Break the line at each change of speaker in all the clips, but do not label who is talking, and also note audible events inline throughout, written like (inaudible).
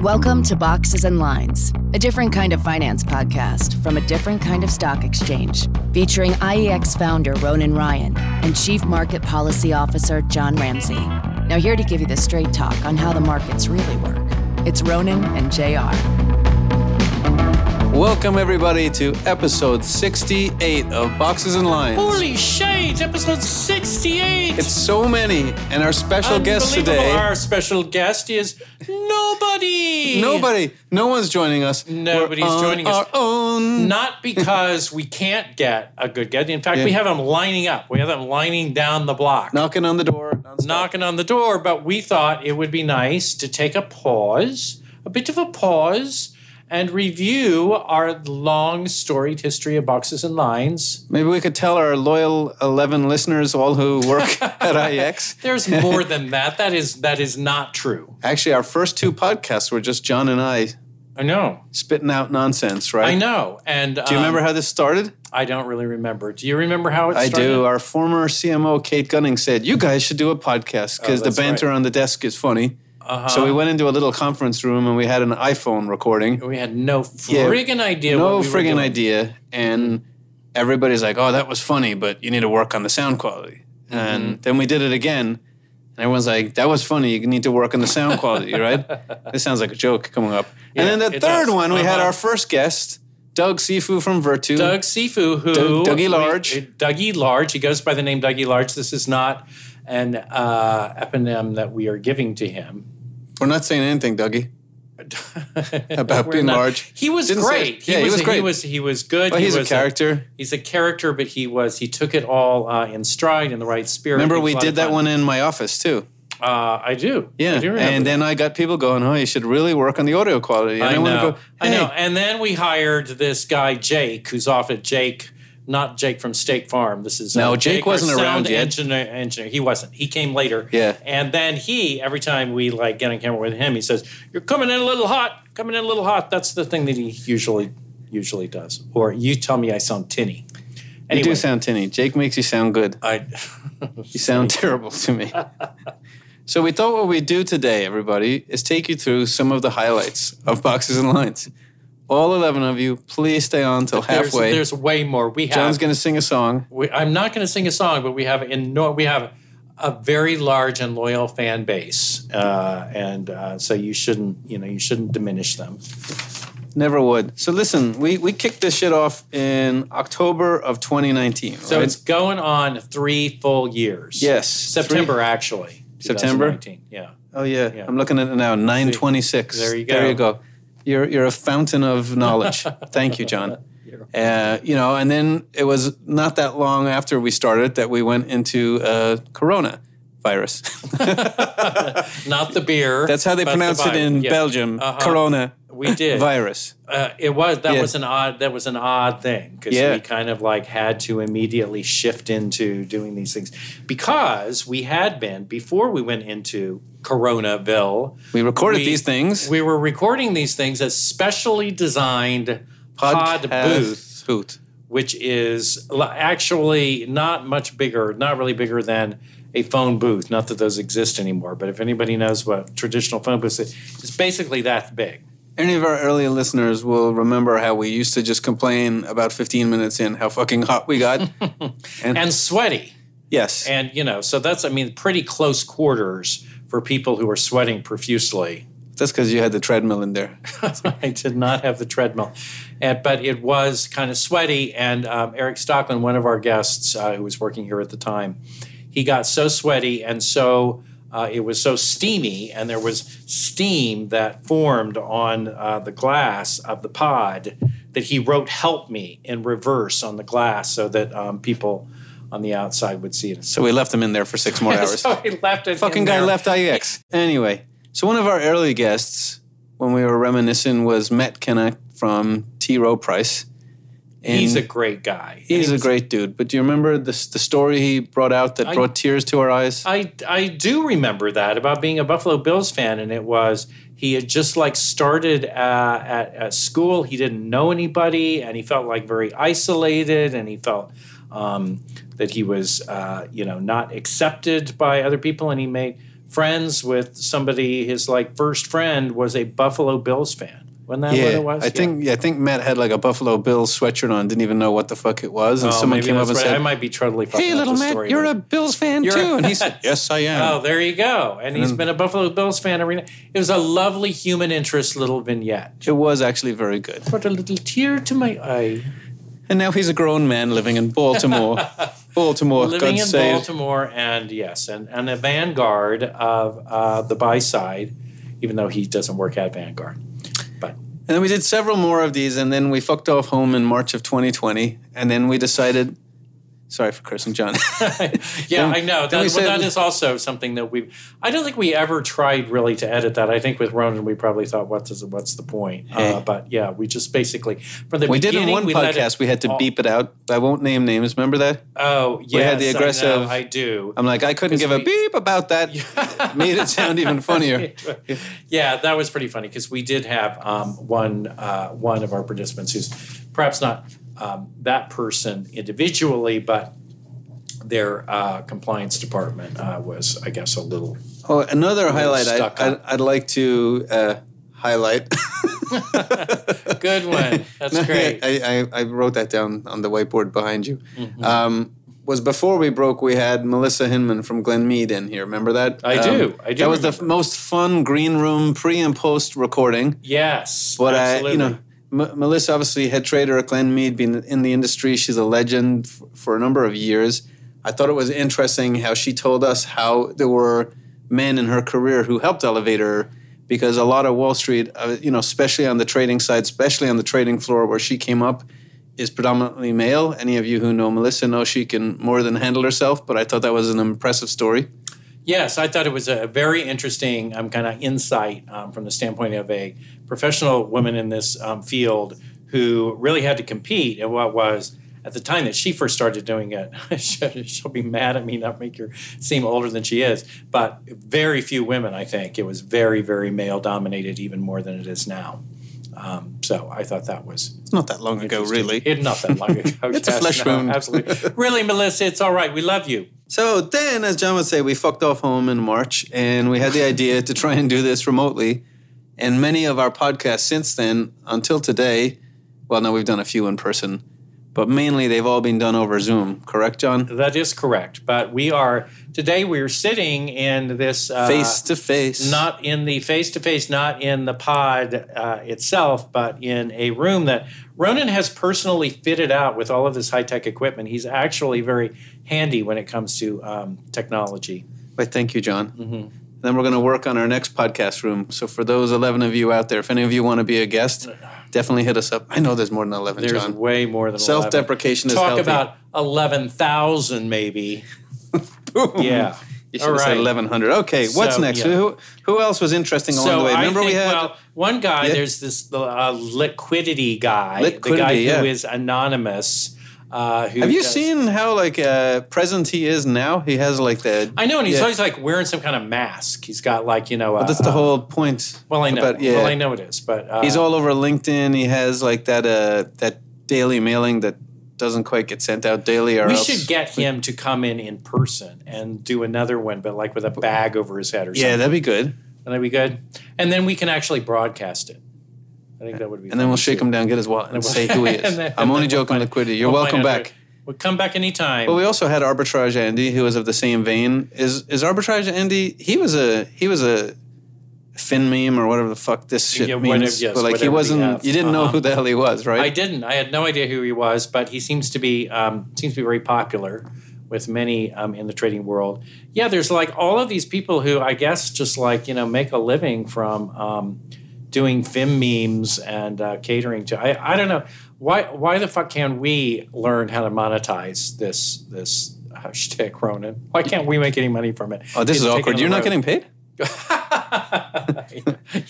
Welcome to Boxes and Lines, a different kind of finance podcast from a different kind of stock exchange, featuring IEX founder Ronan Ryan and Chief Market Policy Officer John Ramsey. Now, here to give you the straight talk on how the markets really work, it's Ronan and JR.
Welcome, everybody, to episode 68 of Boxes and Lions.
Holy shit! Episode 68!
It's so many, and our special guest
Unbelievable.
today.
Our special guest is nobody!
Nobody, no one's joining us.
Nobody's
We're on
joining us.
Our own.
Not because we can't get a good guest. In fact,
Yeah.
we have them lining up. We have them lining down the block,
Knocking on the door. nonstop.
knocking on the door. But we thought it would be nice to take a pause, a bit of a pause, and review our long storied history of boxes and lines.
Maybe we could tell our loyal 11 listeners, all who
(laughs)
work at IX.
There's more than that. That is that is not true.
(laughs) Actually, our first two podcasts were just John and I
I know.
spitting out nonsense, right?
I know. And um,
Do you remember how this started?
I don't really remember. Do you remember how it
I
started?
do. Our former CMO, Kate Gunning, said, You guys should do a podcast because the
Oh, that's right. Uh-huh.
banter on the desk is funny. So we went into a little conference room and we had an iPhone recording.
We had no
Yeah.
friggin' idea.
No
what we were
friggin'
doing.
idea. And everybody's like, Oh, that was funny, but you need to work on the sound quality.
Mm-hmm.
And then we did it again. And everyone's like, That was funny. You need to work on the sound quality,
(laughs)
right? This sounds like a joke coming up.
Yeah,
and then the
it
third
does.
one, we had
Uh-huh.
our first guest, Doug Sifu from Virtu.
Doug Sifu, who
Doug- Dougie Large.
we- uh, Dougie Large. He goes by the name Dougie Large. This is not an uh, eponym that we are giving to him. (laughs)
We're not saying anything, Dougie. About
We're
being
not-
large.
He was
Didn't say
great.
it. Yeah, he was
He
great.
was he was good.
But
He
he's a
was
character.
he's a character, but he was he took it all uh, in stride in the right spirit. It
Remember,
was
we
a lot
did
of
that
fun.
one in my office too.
Uh, I do.
Yeah,
I do remember
and
that.
then I got people going, "Oh, you should really work on the audio quality." And
I
wanna
know.
go,
I
"Hey,
know. And then we hired this guy Jake, who's off at Jake, not Jake from Steak Farm. This is uh,
No, Jake
our
wasn't around
sound
yet.
Engineer, engineer, he wasn't. He came later.
Yeah.
And then he, every time we like get on camera with him, he says, "You're coming in a little hot. Coming in a little hot." That's the thing that he usually usually does. Or you tell me I sound tinny.
You
Anyway,
do sound tinny. Jake makes you sound good.
I (laughs)
You sound terrible to me. so we thought what we'd do today, everybody, is take you through some of the highlights of boxes and lines. All eleven of you, please stay on till
there's,
halfway.
there's way more. We have
John's going to sing a song.
we, I'm not going to sing a song, but we have eno- we have a very large and loyal fan base, uh, and uh, so you shouldn't you know you shouldn't diminish them.
Never would. So listen, we we kicked this shit off in October of 2019.
So
right?
it's going on three full years.
yes,
September
Three-
actually.
September?
2019, Yeah. (laughs)
Oh yeah.
Yeah.
I'm looking at it now. Nine twenty-six.
There you
There you
go.
go. You're you're a fountain of
(laughs)
knowledge. Thank you, John. Uh, you know, and then it was not that long after we started that we went into uh, Corona
(laughs)
virus.
Not the beer.
That's how they
but the
pronounce it
vi-
in
yeah.
Belgium.
Uh-huh.
Corona
We did.
virus.
Uh, it was that
Yeah.
was an odd that was an odd thing because
Yeah.
we kind of like had to immediately shift into doing these things because we had been before we went into Coronaville.
We recorded
We-
these things.
We were recording these things as specially designed pod
Podcast
booth,
Booth.
which is l- actually not much bigger, not really bigger than a phone booth. Not that those exist anymore, but if anybody knows what traditional phone booths is, it's basically that big.
Any of our early listeners will remember how we used to just complain about 15 minutes in how fucking hot we
(laughs)
got.
And sweaty.
yes.
And you know, so that's I mean, pretty close quarters for people who are sweating profusely. (laughs)
That's because you had the treadmill in there.
I did not have the treadmill, and, but it was kind of sweaty. And um, Eric Stockland, one of our guests uh, who was working here at the time, he got so sweaty and so uh, it was so steamy, and there was steam that formed on uh, the glass of the pod that he wrote "Help Me" in reverse on the glass so that um, people on the outside would see it.
So we left them in there for six
(laughs)
more hours.
So he left it.
Fucking
in
guy
there.
left IEX. Anyway, so one of our early guests when we were reminiscing was Matt Kenna from T. Rowe Price. And
He's a great guy.
he's a great dude. But do you remember this, the story he brought out that brought tears to our eyes?
I, I do remember that about being a Buffalo Bills fan, and it was he had just like started uh, at, at school. He didn't know anybody, and he felt like very isolated, and he felt um, that he was uh, you know not accepted by other people, and he made friends with somebody. His like first friend was a Buffalo Bills fan. Wasn't that
yeah,
what it was?
I
Yeah.
think yeah, I think Matt had like a Buffalo Bills sweatshirt on, didn't even know what the fuck it was, and
Oh,
someone
maybe
came up
that's
and
right. I
said,
might be totally fucking
"Hey,
up
little
the
Matt,
story,
you're
but-
a Bills fan
You're a-
too," and
(laughs)
he said, "Yes, I am."
Oh, there you go. And he's been a Buffalo Bills fan every night. It was a lovely human interest little vignette.
It was actually very good.
Put a little tear to my eye.
And now he's a grown man living in
(laughs)
Baltimore. Baltimore,
Living
God
in
save.
Baltimore, and yes, and, and a vanguard of uh, the buy side, even though he doesn't work at Vanguard. But (laughs)
And then we did several more of these, and then we fucked off home in March of 2020. And then we decided, sorry for cursing
(laughs)
John.
yeah,
Then-
I know.
then
That,
we
well,
said-
that is also something that we. I don't think we ever tried really to edit that. I think with Ronan, we probably thought, "What's what's the point?"
Hey.
Uh, but yeah, we just basically from the
we did
beginning,
in one
we let it
podcast, we had to
all-
beep it out. I won't name names. Remember that?
Oh, yes,
had the
I, know,
aggressive-
I do.
I'm like, I couldn't give a
we-
beep about
(laughs)
that. It (laughs) made it sound even funnier.
yeah, that was pretty funny because we did have um, one uh, one of our participants who's perhaps not um, that person individually, but their uh, compliance department uh, was, I guess, a little.
Oh, another highlight I,
stuck
I'd,
up.
I'd like to uh, highlight.
(laughs) Good one.
(laughs)
That's
No,
great.
I, I, I wrote that down on the whiteboard behind you.
Mm-hmm.
Um, was before we broke, we had Melissa Hinman from Glenmead in here. Remember that?
I
Um,
do. I do
That was the f-
remember.
most fun green room pre and post recording.
Yes,
But
absolutely.
I, you know, M- Melissa, obviously head trader at Glenmead, been in the industry. She's a legend f- for a number of years. I thought it was interesting how she told us how there were men in her career who helped elevate her because a lot of Wall Street, uh, you know, especially on the trading side, especially on the trading floor where she came up, is predominantly male. Any of you who know Melissa know she can more than handle herself, but I thought that was an impressive story.
Yes, I thought it was a very interesting um, kind of insight um, from the standpoint of a professional woman in this um, field who really had to compete at what was at the time that she first started doing it. (laughs) she'll she'll be mad at me, not make her seem older than she is, but very few women. I think it was very, very male dominated, even more than it is now. Um, so I thought that was
It's not that long ago, really.
it, not that long ago.
(laughs) It's a flesh wound.
Absolutely, really, Melissa. It's all right. We love you.
So then, as John would say, we fucked off home in March, and we had the idea to try and do this remotely. And many of our podcasts since then, until today, well, no, we've done a few in person, but mainly they've all been done over Zoom. Correct, John?
That is correct. But we are today. We are sitting in this uh,
Face to face.
not in the face to face, not in the pod uh, itself, but in a room that Ronan has personally fitted out with all of his high tech equipment. He's actually very handy when it comes to um, technology.
But thank you, John.
Mm-hmm.
Then we're going to work on our next podcast room. So for those eleven of you out there, if any of you want to be a guest, definitely hit us up. I know there's more than eleven,
Uh, There's
John.
way more than 11.
Self-deprecation is
Talk
healthy. (laughs)
about eleven thousand, maybe. Yeah.
You should
All
have said
right.
1100. Okay, what's
So,
next?
yeah.
Who, who else was interesting along the way?
I
Remember we
think,
had
well, one guy.
Yeah.
There's this uh, liquidity guy, the guy
Liquidity, yeah.
who is anonymous. Uh, who
Have you
does-
seen how like uh, present he is now? He has like the
I know, and he's
Yeah.
always like wearing some kind of mask. He's got like you know. Uh,
that's the whole point.
Well, I know.
about- yeah.
Well, I know it is, but uh,
He's all over LinkedIn. He has like that uh, that daily mailing that doesn't quite get sent out daily or
We
else-
should get him to come in in person and do another one, but like with a bag over his head or
Yeah,
something.
that'd be good.
That'd be good. And then we can actually broadcast it. I think that would be.
And then we'll shake him down, get his wallet, and
(laughs) we'll-
say who he is.
and then-
I'm
and
only
then we'll
joking,
find-
liquidity. You're welcome back.
We'll come back anytime.
But we also had arbitrage Andy, who was of the same vein. Is is arbitrage Andy? He was a he was a fin meme or whatever the fuck this shit
Yeah, whatever-
means.
yes,
but like
whatever
he
the
wasn't.
F.
You didn't know
Uh-huh.
who the hell he was, right?
I didn't. I had no idea who he was, but he seems to be um, seems to be very popular with many um, in the trading world. Yeah, there's like all of these people who I guess just like you know make a living from um, doing film memes and uh, catering to. I, I don't know why why the fuck can't we learn how to monetize this this uh, shtick, Ronan? Why can't we make any money from it?
oh, this
It's
is
taken on
awkward.
the
You're not
road.
getting paid. (laughs)
Yeah,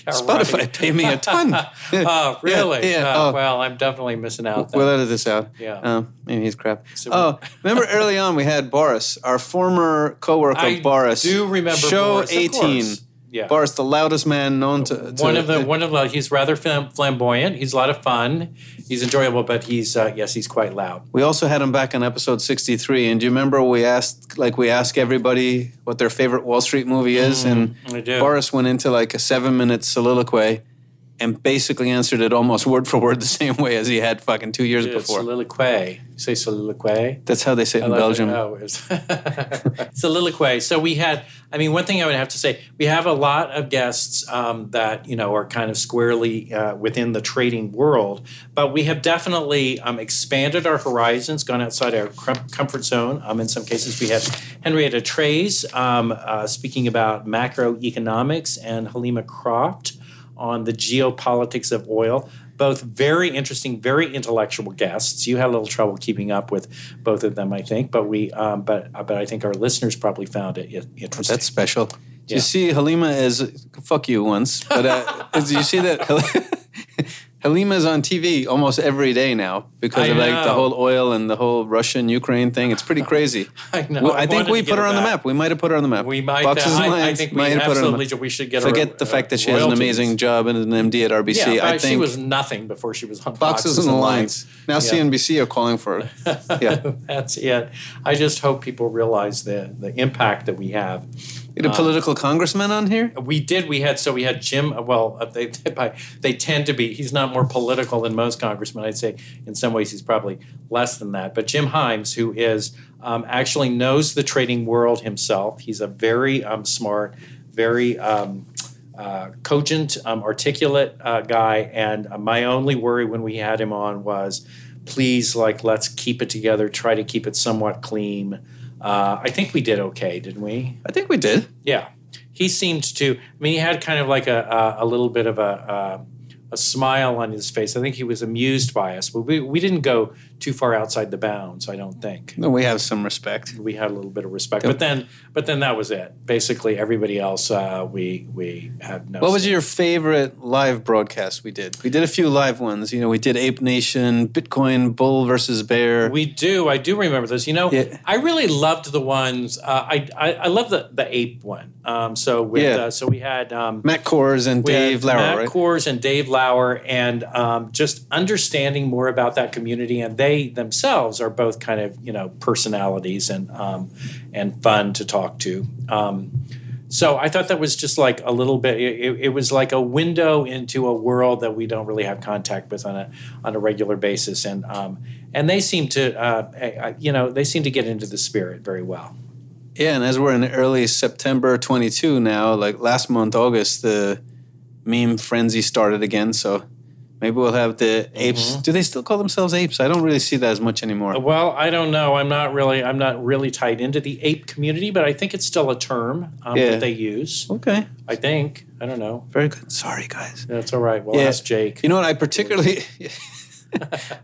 Spotify
right.
pay me a
(laughs)
ton.
Oh, really?
(laughs) Yeah, yeah,
Oh,
oh.
Well, I'm definitely missing out. Then.
We'll edit this out.
Yeah.
Um, maybe he's crap.
So-
oh,
(laughs)
remember early on we had Boris, our former coworker
I
Boris.
do remember
show
Boris, of
eighteen.
course. Yeah.
Bart's the loudest man known to. to
one of the one of the he's rather flam- flamboyant. He's a lot of fun. He's enjoyable, but he's uh, yes, he's quite loud.
We also had him back on episode 63. And do you remember we asked, like, we ask everybody what their favorite Wall Street movie is?
I
and
Mm, do.
Boris went into like a seven minute soliloquy and basically answered it almost (laughs) word for word the same way as he had fucking two years
It's
before.
Soliloquy. You say soliloquy.
That's how they say it in
I love it.
Belgium.
Oh, it was- (laughs) soliloquy. So we had, I mean, one thing I would have to say, we have a lot of guests um, that, you know, are kind of squarely uh, within the trading world, but we have definitely um, expanded our horizons, gone outside our com- comfort zone. Um, in some cases, we had Henrietta Trays um, uh, speaking about macroeconomics and Halima Croft on the geopolitics of oil. Both very interesting, very intellectual guests. You had a little trouble keeping up with both of them, I think, but we, um, but but I think our listeners probably found it i- interesting.
That's special. Do
Yeah.
You see, Halima is fuck you once, but
(laughs)
uh, did you see that Hal- (laughs) Halima's on TV almost every day now because
I
of like the
know.
whole oil and the whole Russian Ukraine thing. It's pretty crazy.
(laughs) I know.
Well, I
I
think
wanted
we
to
put
get
her on the
her back.
map. We might have put her on the map.
we might.
Boxes
uh,
and
I, I
Lions
think we
might have put her on the
absolutely
map.
ju- we should get
Forget
her,
the
uh,
fact that she has an
royalties.
amazing job and an MD at
Yeah,
RBC.
but
I
she
think
was nothing before she was on
boxes and lines. Now CNBC are calling for
(laughs)
her. Yeah,
That's it. I just hope people realize the the impact that we have.
Get a
Uh,
political congressman on here.
We did. We had so we had Jim. Well, uh, they (laughs) they, by, they tend to be. He's not more political than most congressmen. I'd say in some ways he's probably less than that. But Jim Himes, who is um, actually knows the trading world himself. He's a very um, smart, very um, uh, cogent, um, articulate uh, guy. And uh, my only worry when we had him on was, please, like, let's keep it together. Try to keep it somewhat clean. Uh, I think we did okay, didn't we?
I think we did.
Yeah, he seemed to. I mean, he had kind of like a a, a little bit of a, a a smile on his face. I think he was amused by us, but we we didn't go too far outside the bounds. I don't think
No, we have some respect.
we had a little bit of respect. But then, but then that was it. Basically, everybody else uh, we we had no.
What was
say.
your favorite live broadcast we did? We did a few live ones. You know, we did Ape Nation, Bitcoin Bull versus Bear.
We do. I do remember this. You know,
Yeah.
I really loved the ones. Uh, I, I I love the the ape one. Um, so with
Yeah.
uh, so we had um,
Matt Kors and
with
Dave Lauer,
Matt
right?
Kors and Dave Lauer, and um, just understanding more about that community. And they themselves are both kind of you know personalities and um, and fun to talk to. Um, so I thought that was just like a little bit. It, it- it was like a window into a world that we don't really have contact with on a on a regular basis, and um, and they seem to uh, I- I- you know they seem to get into the spirit very well.
Yeah, and as we're in early September 22 now, like last month, August, the meme frenzy started again. So maybe we'll have the apes. Do they still call themselves apes? I don't really see that as much anymore.
Well, I don't know. I'm not really. I'm not really tied into the ape community, but I think it's still a term um,
Yeah.
that they use.
Okay,
I think. I don't know.
very good. Sorry, guys.
That's all right. We'll
Yeah.
ask Jake.
You know what? I particularly. (laughs)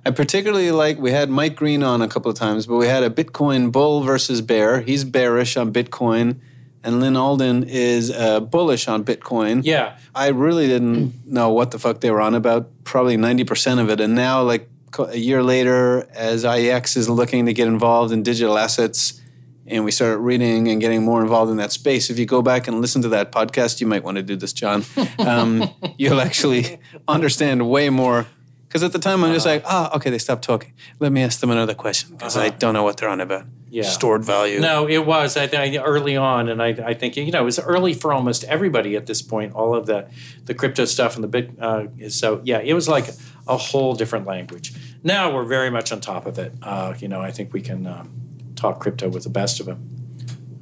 I particularly like we had Mike Green on a couple of times, but we had a Bitcoin bull versus bear. He's bearish on Bitcoin, and Lynn Alden is uh, bullish on Bitcoin.
yeah.
I really didn't know what the fuck they were on about. Probably ninety percent of it, and now like co- a year later, as IEX is looking to get involved in digital assets, and we started reading and getting more involved in that space. If you go back and listen to that podcast, you might want to do this, John. Um, you'll actually understand way more. Because at the time, I'm just like, ah, okay, they stopped talking. Let me ask them another question because I don't know what they're on about.
Yeah.
Stored value.
No, it was. I, I early on, and I, I think you know it was early for almost everybody at this point. All of the the crypto stuff and the bit. Uh, is- so yeah, it was like a whole different language. Now we're very much on top of it. Uh, you know, I think we can um, talk crypto with the best of them.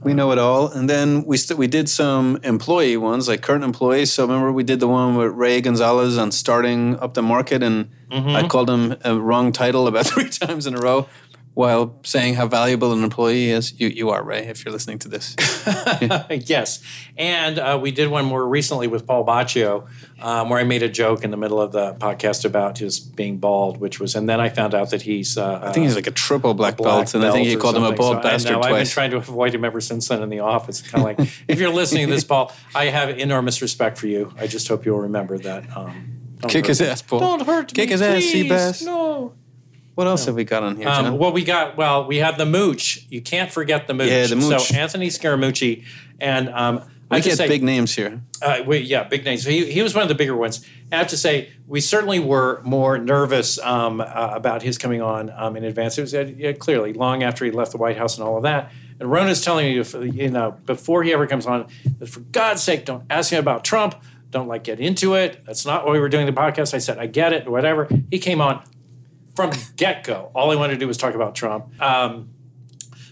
We know it all. And then we st- we did some employee ones, like current employees. So remember we did the one with Ray Gonzalez on starting up the market, and
Mm-hmm.
I called him a wrong title about (laughs) three times in a row while saying how valuable an employee is. You you are Ray if you're listening to this.
(laughs) yes, and uh, we did one more recently with Paul Baccio, um, where I made a joke in the middle of the podcast about his being bald, which was, and then I found out that he's. Uh,
I think he's like a triple black, belt, and I think you
or
called him a
something.
bald
So I
bastard
know, I've been
twice.
trying to avoid him ever since then in the office. Kind of like, if you're listening to this, Paul, I have enormous respect for you. I just hope you'll remember that. Um, don't
Kick
hurt
his
me.
ass, Paul.
Don't hurt
Kick
me,
his ass,
please.
Seabass.
No.
What else have we got on here, John?
Um, well, we got well. We had the mooch. You can't forget the mooch.
Yeah, the mooch.
So Anthony Scaramucci, and um,
We
I have to
get
say-
big names here.
Uh, we, yeah, big names. He, he was one of the bigger ones. I have to say, we certainly were more nervous um, uh, about his coming on um, in advance. It was uh, yeah, clearly long after he left the White House and all of that. And Rona's telling me, if, you know, before he ever comes on, that for God's sake, don't ask him about Trump. Don't like get into it. That's not why we were doing the podcast. I said, I get it, whatever. He came on from get go. All I wanted to do was talk about Trump. Um,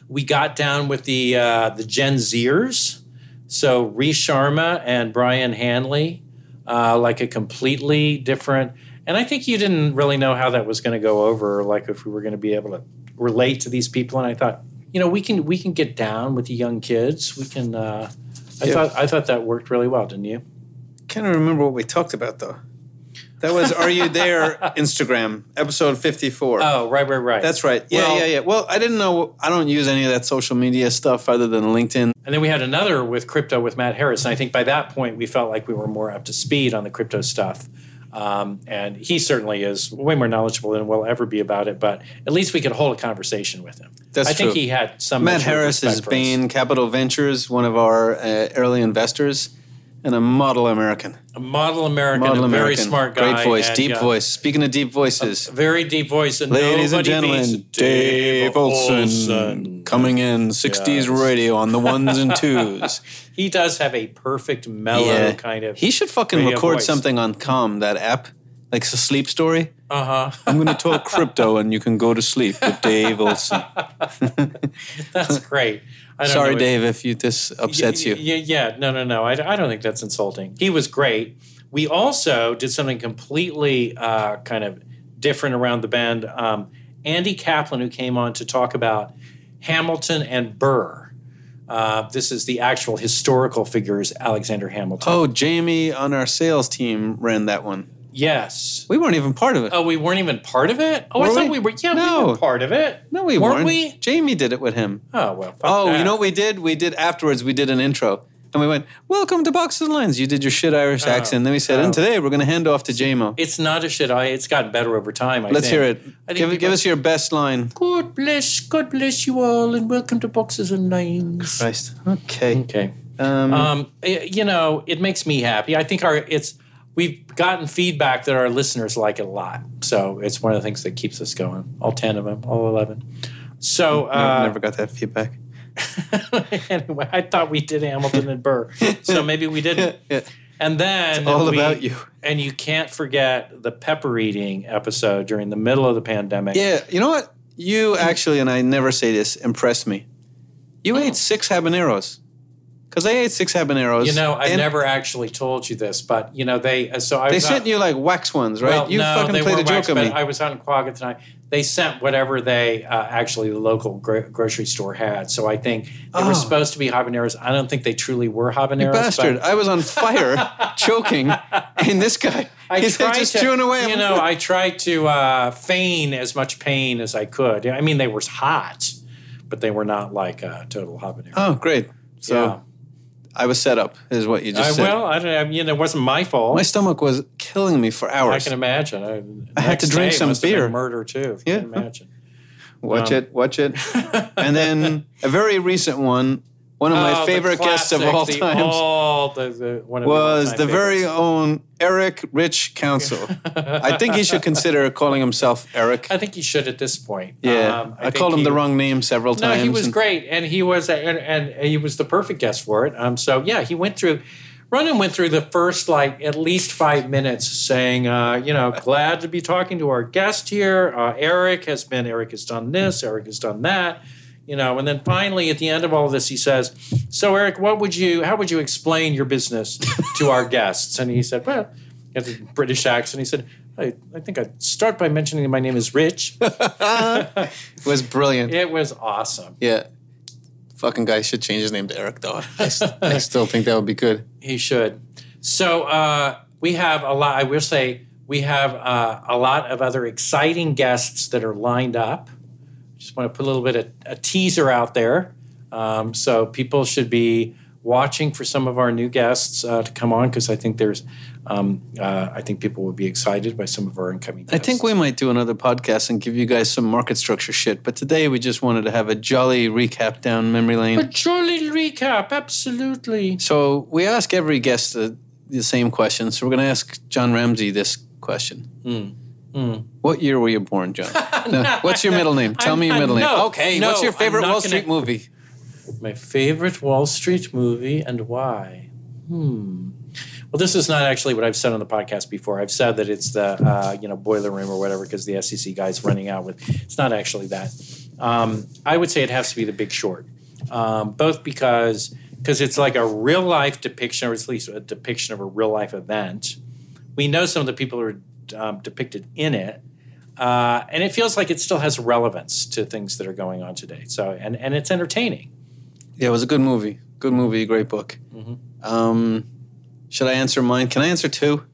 we got down with the uh, the Gen Zers. So Ree Sharma and Brian Hanley, uh, like a completely different. And I think you didn't really know how that was going to go over, like if we were going to be able to relate to these people. And I thought, you know, we can we can get down with the young kids. We can. Uh, I
Yeah.
thought I thought that worked really well, didn't you?
Can't remember what we talked about though. That was Are You
(laughs)
There Instagram episode fifty four.
Oh, right, right, right.
That's right. Yeah,
Well-
yeah, yeah. Well, I didn't know. I don't use any of that social media stuff other than LinkedIn.
And then we had another with crypto with Matt Harris. And I think by that point, we felt like we were more up to speed on the crypto stuff. Um, and he certainly is way more knowledgeable than we'll ever be about it, but at least we could hold a conversation with him.
That's
I think
true.
he had some.
Matt
measure of
Harris
respect
is
for us.
Bain Capital Ventures, one of our uh, early investors, and a model American.
a model American,
Model
a very
American.
smart guy.
Great voice,
and,
deep
uh,
voice. Speaking of deep voices,
Very deep voice. And
ladies and
nobody beats
gentlemen, Dave Olson, coming in 60s
Yes.
radio on the ones and
(laughs)
twos.
He does have a perfect mellow
Yeah.
kind of.
He should fucking
radio
record
voice.
something on Calm, that app, like a sleep story.
Uh huh.
I'm going to talk crypto and you can go to sleep with Dave Olson.
(laughs) That's great. I don't
Sorry,
know if-
Dave, if you this upsets
yeah,
you.
Yeah, yeah, no, no, no. I, I don't think that's insulting. He was great. We also did something completely uh, kind of different around the bend. Um, Andy Kaplan, who came on to talk about Hamilton and Burr. Uh, this is the actual historical figures, Alexander Hamilton.
Oh, Jamie on our sales team ran that one.
Yes.
We weren't even part of it.
Oh, we weren't even part of it? Oh, I
Were
thought
we?
we were. Yeah, we
No.
were part of it.
no, we
weren't
weren't.
we?
Jamie did it with him.
Oh, well. fuck
Oh, you
that.
know what we did? We did afterwards. We did an intro, and we went, "Welcome to Boxes and Lines." You did your shit Irish accent. Then we said,
oh.
"And today we're going to hand off to JMO."
It's not a shit. I, it's gotten better over time. I
Let's
think.
hear it.
I think
Give,
people-
give us your best line.
God bless, God bless you all, and welcome to Boxes and Lines.
Christ. Okay.
Okay.
Um,
Um, i- you know, it makes me happy. I think our it's we've gotten feedback that our listeners like it a lot, so it's one of the things that keeps us going. All ten of them, all eleven. So
I
uh,
never got that feedback.
(laughs) anyway, I thought we did Hamilton and Burr, so maybe
(laughs)
we didn't.
(laughs) Yeah.
And then
all
we-
about you.
And you can't forget the pepper eating episode during the middle of the pandemic.
Yeah. You know what? You actually, and I never say this, impressed me.
Oh.
You ate six habaneros. Because I ate six habaneros.
You know, I
and
never actually told you this, but you know they. uh, So I
They
was
sent
out-
you like wax ones, right?
Well,
you
no,
fucking
they
played
were
a joke
waxed,
on
but
me.
I was out in Quagga tonight. They sent whatever they uh, actually the local gro- grocery store had. So I think they
Oh.
were supposed to be habaneros. I don't think they truly were habaneros.
You bastard!
but
I was on
(laughs)
fire, choking, and this guy (laughs)
I
he's
tried
just
to,
chewing away.
You know,
(laughs)
I tried to uh, feign as much pain as I could. I mean, they were hot, but they were not like uh, total habanero.
oh, great! So
Yeah.
I was set up, is what you just
I,
said.
well, I don't. I mean, it wasn't my fault.
My stomach was killing me for
I
hours.
can imagine.
I
I,
had
next
to drink
day
some
must have been
beer.
Murder too. I
Yeah.
can imagine.
watch
um,
it, watch it, (laughs) and then a very recent one. One of
(laughs) Oh,
my
the
favorite guests of
classic,
all
the
times
all- the- the- one of the
was
all-time
the very
favorites.
own Eric Rich Council.
(laughs)
I think he should consider calling himself Eric.
I think he should at this point.
Yeah,
Um,
Um, I,
think
called him
he-
the wrong name several
No,
times.
he was
and-
great, and he was and, and he was the perfect guest for it. Um, so yeah, he went through. Ronan went through the first like at least five minutes, saying, uh, you know, glad to be talking to our guest here. Uh, Eric has been. Eric has done this. Eric has done that. You know, and then finally at the end of all this, he says, "So Eric, what would you? How would you explain your business to
(laughs)
our guests?" And he said, "Well." He has a British accent. He said, I, I think I'd start by mentioning my name
(laughs)
is Rich. (laughs)
It was brilliant.
It was awesome.
Yeah. Fucking guy should change his name to Eric though. I, st- (laughs) I still think that would be good.
He should. So uh, we have a lot. I will say we have uh, a lot of other exciting guests that are lined up. Just want to put a little bit of a teaser out there. Um, so people should be watching for some of our new guests uh, to come on because I think there's, um, uh, I think people will be excited by some of our incoming.
I
guests.
think we might do another podcast and give you guys some market structure shit. But today we just wanted to have a jolly recap down memory lane.
But surely recap, absolutely.
So we ask every guest the, the same question. So we're going to ask John Ramsey this question.
Hmm.
What year were you born,
(laughs)
John? No, what's your middle name? Tell
I'm-
me your
I'm-
middle name.
no,
okay.
no,
what's your
I'm
favorite
not
Wall
gonna-
Street movie?
My favorite Wall Street movie and why? Hmm. Well, this is not actually what I've said on the podcast before. I've said that it's the uh, you know boiler room or whatever because the SEC guy's running out with. It's not actually that. Um, I would say it has to be The Big Short, um, both because because it's like a real life depiction, or at least a depiction of a real life event. We know some of the people who are um, depicted in it, uh, and it feels like it still has relevance to things that are going on today. So and and it's entertaining.
Yeah, it was a good movie. Good movie. Great book.
Mm-hmm.
Um, should I answer mine? Can I answer two?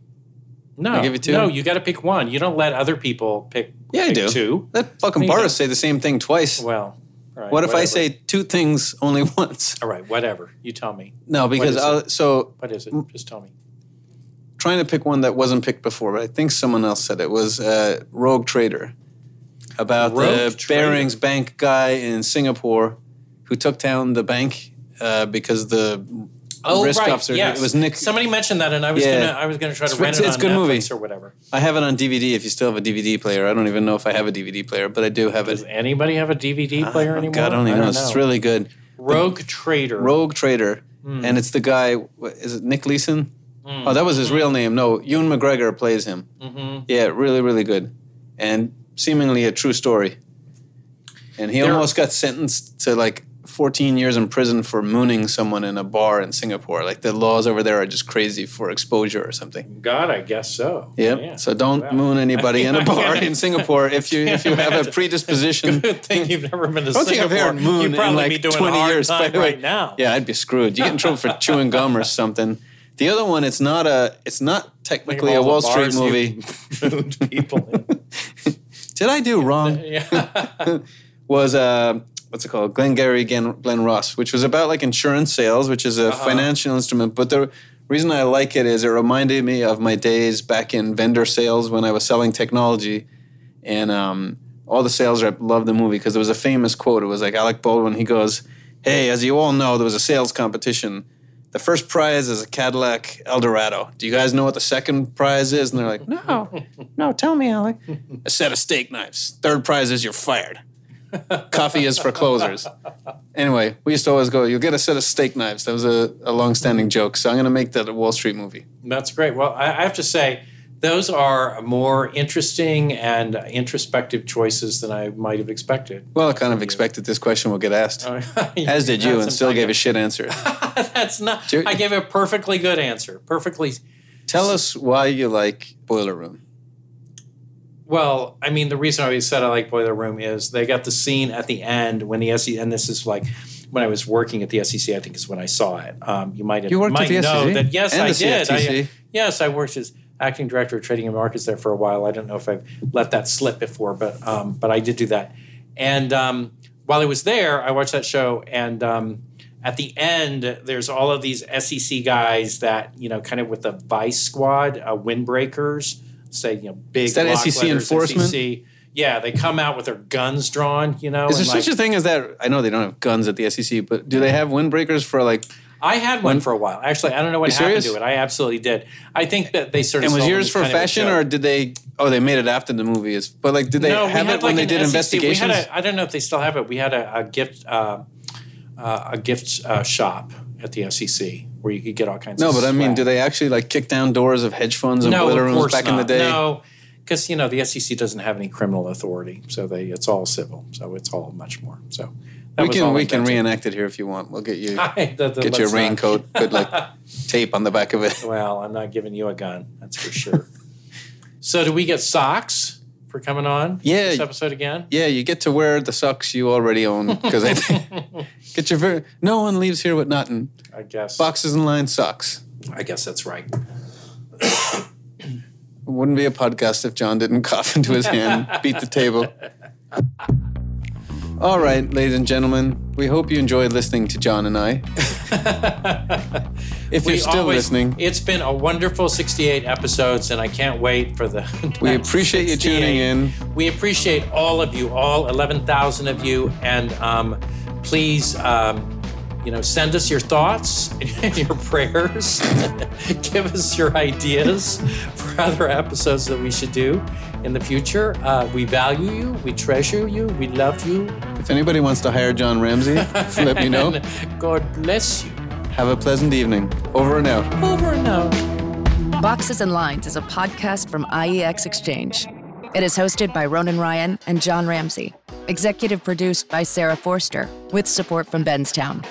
No,
I give you two?
No, you got to pick one. You don't let other people pick.
Yeah, I
pick
do.
Two.
Let fucking
Think that-
Boris say the same thing twice.
Well, all right,
what if I
whatever.
say two things only (laughs) once?
All right, whatever. You tell me.
No, because
is it?
I'll, so
What is it? Just tell me.
trying to pick one that wasn't picked before, but I think someone else said it was uh, Rogue Trader about the
Rogue Trader.
Barings Bank guy in Singapore who took down the bank uh, because the risk officer
Oh, yes.
it was Nick.
Somebody mentioned that, and I was
Yeah.
gonna, I was gonna try to
It's-
rent
it's-
it
it's
on
good movie.
Netflix or whatever.
I have it on DVD. If you still have a DVD player, I don't even know if I have a DVD player, but I do have
Does
it.
anybody have a DVD player anymore?
God, I don't even know. It's really good.
Rogue Trader.
Rogue Trader,
Hmm.
and it's the guy. what- Is it Nick Leeson? Oh, that was
Hmm.
his real name. No, Ewan McGregor plays him.
mm-hmm.
Yeah, really, really good, and seemingly a true story. And he
There-
almost got sentenced to like 14 years in prison for mooning someone in a bar in Singapore. Like the laws over there are just crazy for exposure or something.
God, I guess so.
Yep.
Yeah.
So don't
Wow.
moon anybody
(laughs)
in a bar
can't-
in Singapore if you if you
(laughs)
have a predisposition. (laughs)
Good thing you've never been to
I don't think I've
Singapore.
heard moon
You'd probably
in like
be doing
20
a hard
years. by
time
the way.
right now.
Yeah, I'd be screwed. You get in trouble
(laughs)
for chewing gum or something. The other one, it's not a, it's not
Think of
technically a
all the
Wall Street
bars you've
movie.
(laughs) mooned people in.
(laughs) Did I do wrong?
Yeah.
Was uh, what's it called? Glengarry Glen, Glen Ross, which was about like insurance sales, which is a financial instrument. But the reason I like it is it reminded me of my days back in vendor sales when I was selling technology, and um, all the sales rep loved the movie because there was a famous quote. It was like Alec Baldwin. He goes, "Hey, as you all know, there was a sales competition." The first prize is a Cadillac Eldorado. Do you guys know what the second prize is? And they're like, no, no, tell me, Alec. A set of steak knives. Third prize is you're fired. Coffee is for closers. Anyway, we used to always go, you'll get a set of steak knives. That was a, a long-standing joke. So I'm going to make that a Wall Street movie.
That's great. Well, I, I have to say, those are more interesting and introspective choices than I might have expected. (laughs)
Well, I kind of expected this question will get asked. As did you, and still gave a shit answer.
(laughs) That's not.
Do-
I gave a perfectly good answer. Perfectly.
Tell us why you like Boiler Room.
Well, I mean, the reason I always said I like Boiler Room is they got the scene at the end when the SEC, and this is like when I was working at the SEC. I think is when I saw it. Um, you might have,
You worked at
might
the
know
SEC?
that. Yes,
And
I
the
did. I,
CFTC.
yes, I worked as acting director of trading and markets there for a while. I don't know if I've let that slip before, but um, but I did do that. And um, while I was there, I watched that show, and um, at the end, there's all of these SEC guys that you know, kind of with the Vice Squad, uh, windbreakers, say you know, big
Is that
block
SEC
letters,
enforcement?
SEC. Yeah, they come out with their guns drawn. You know,
Is there
and like,
such a thing as that? I know they don't have guns at the SEC, but do they have windbreakers for like?
I had one for a while. Actually, I don't know what
You
happened
serious?
to it. I absolutely did. I think that they sort of
And was
sold it
yours
as
for
kind of a
fashion,
joke.
or did they? Oh, they made it after the movie is. But like, did they
no,
have
we had
it
like
when they
an
did
SEC
investigations?
We had a, I don't know if they still have it. We had a, a gift uh, uh, a gift uh, shop at the SEC where you could get all kinds.
No,
of
but I mean,
swag.
do they actually like kick down doors of hedge funds and
no,
boiler
of
rooms
course
back in the
not.
day?
No, because you know the SEC doesn't have any criminal authority, so they it's all civil, so it's all much more. So that
we
was all
can we
I
can
meant to-
reenact it here if you want. We'll get
(laughs)
you
The- the-
get you a
let's not-
raincoat with like tape on the back of it.
(laughs) Well, I'm not giving you a gun, that's for sure. so, do we get socks for coming on?
Yeah.
This episode again? (laughs)
Yeah, you get to wear the socks you already own because I
(laughs)
think get your very, no one leaves here with nothing.
I guess.
Boxes and lined socks.
I guess that's right.
It wouldn't (laughs) be a podcast if John didn't cough into his hand, beat the table. All right, ladies and gentlemen, we hope you enjoyed listening to John and I. if you're
We
still
always-
listening,
It's been a wonderful 68 episodes, and I can't wait for the. (laughs)
we appreciate you tuning
68.
in.
We appreciate all of you, all 11,000 of you, and um, please, um, you know, send us your thoughts and (laughs) your prayers. (laughs) Give us your ideas for other episodes that we should do in the future. Uh, we value you. We treasure you. We love you.
If anybody wants to hire John Ramsey, let me know.
(laughs) And God bless you.
Have a pleasant evening. Over and out.
Over and out.
Boxes and Lines is a podcast from IEX Exchange. It is hosted by Ronan Ryan and John Ramsey, executive produced by Sarah Forster, with support from Benstown.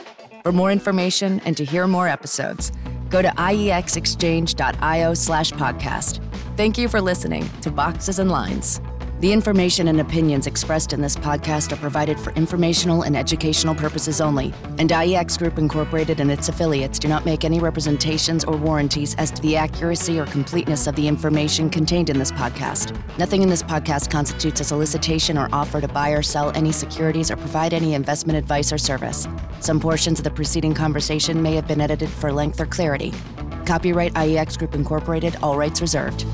For more information and to hear more episodes, go to E iexexchange.io slash podcast. Thank you for listening to Boxes and Lines. The information and opinions expressed in this podcast are provided for informational and educational purposes only, and IEX Group Incorporated and its affiliates do not make any representations or warranties as to the accuracy or completeness of the information contained in this podcast. Nothing in this podcast constitutes a solicitation or offer to buy or sell any securities or provide any investment advice or service. Some portions of the preceding E conversation may have been edited for length or clarity. Copyright IEX Group Incorporated, all rights reserved.